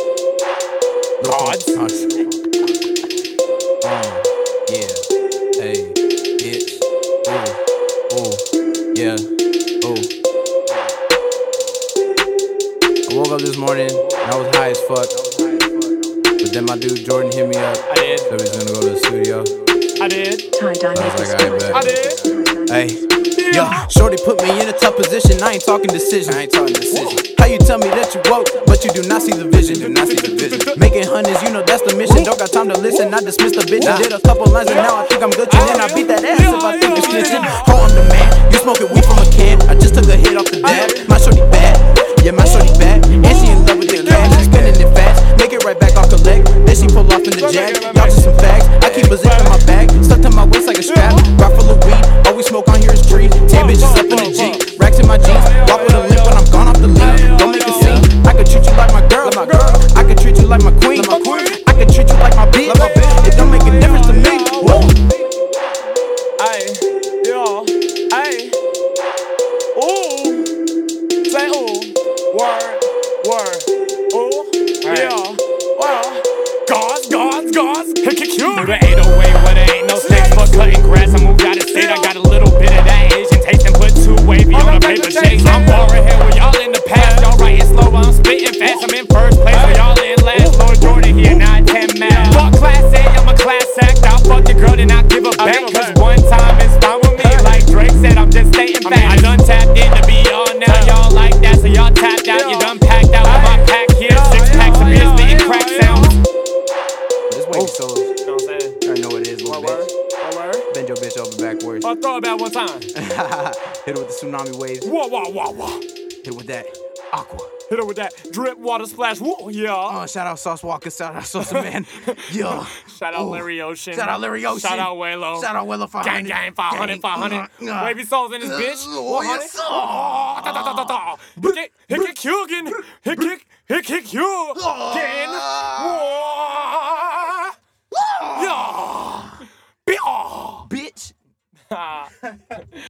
No Cards. cards. Uh, yeah. Hey, bitch. Ooh, ooh, yeah, ooh. I woke up this morning and I was high as fuck. But then my dude Jordan hit me up. I did. Said we was gonna go to the studio. I did. Tie-dye Sounds makers like I bet. I did. Hey, yo, shorty put me in a tough position. I ain't talking decision. I ain't talking decision. How you tell me that you woke, but you do not see the vision? Do not see the vision. Making hundreds, you know that's the mission. Don't got time to listen. I dismissed the bitch. I did a couple lines and now I think I'm glitching. And I beat that ass if I think it's glitching. Oh, I'm the man. You smoking weed from a kid. I just took a hit off the dab. My shorty bad. Yeah, my shorty bad. And she in love with the cash. She spending it fast. Make it right back. I'll collect. Then she pull off in the jack. Y'all just some facts. I keep a zip in my bag. Stuck to my waist like a strap. Rock full of weed. All we smoke on here is trees. Ten bitches up in the Jeep. Racks in my jeans. Walk with a limp when I'm gone off the lead. Don't make a scene. I could treat you like my girl. I could treat you like my queen. I could treat you like my bitch. It don't make a difference to me. Whoa. Ay, yo, ay. Ooh, say ooh. Word, word. Ooh, yeah. Well, gods, gods, gods. Hickey Through cute. the 808 where there ain't no snakes for cutting grass. I moved out of state, I got a little bit of that Asian taste and put two wavy on a paper chase. I'm far ahead where y'all in the past. Y'all writing slow, I'm spitting fast. I'm in first place where y'all in last. Lord Jordan here, not 10 man. Fuck class A, I'm a class act. I'll fuck your girl, then I'll give her back. Cause one time is fine with me. Like Drake said, I'm just staying back. I done tapped in to be on now. Y'all like that, so y'all tapped out. You done packed out with my pack here. Six packs of beer, spitting crack sounds. This way solo. You know what I'm saying? I know what Oh. it is, little One word, bitch. one word. Bend your bitch over backwards. I'll throw it back one time. Hit it with the tsunami waves. Whoa, whoa, whoa, whoa. Hit it with that aqua. Hit it with that drip water splash. Woo, yeah. Oh, shout out Sauce Walker. Shout out Sauce Man. Yeah. Shout out Ooh. Larry Ocean. Shout out Larry Ocean. Shout out Waylo. Shout out Willow 500. Gang, gang, 500, 500. Wavy souls in this bitch. uh, Oh, yes, 100. sir. Da, da, da, da, da. Hick it, hick it, Kugin. Hick it, hick, hick, Kugin. Wah. Yeah. Bia. Bitch.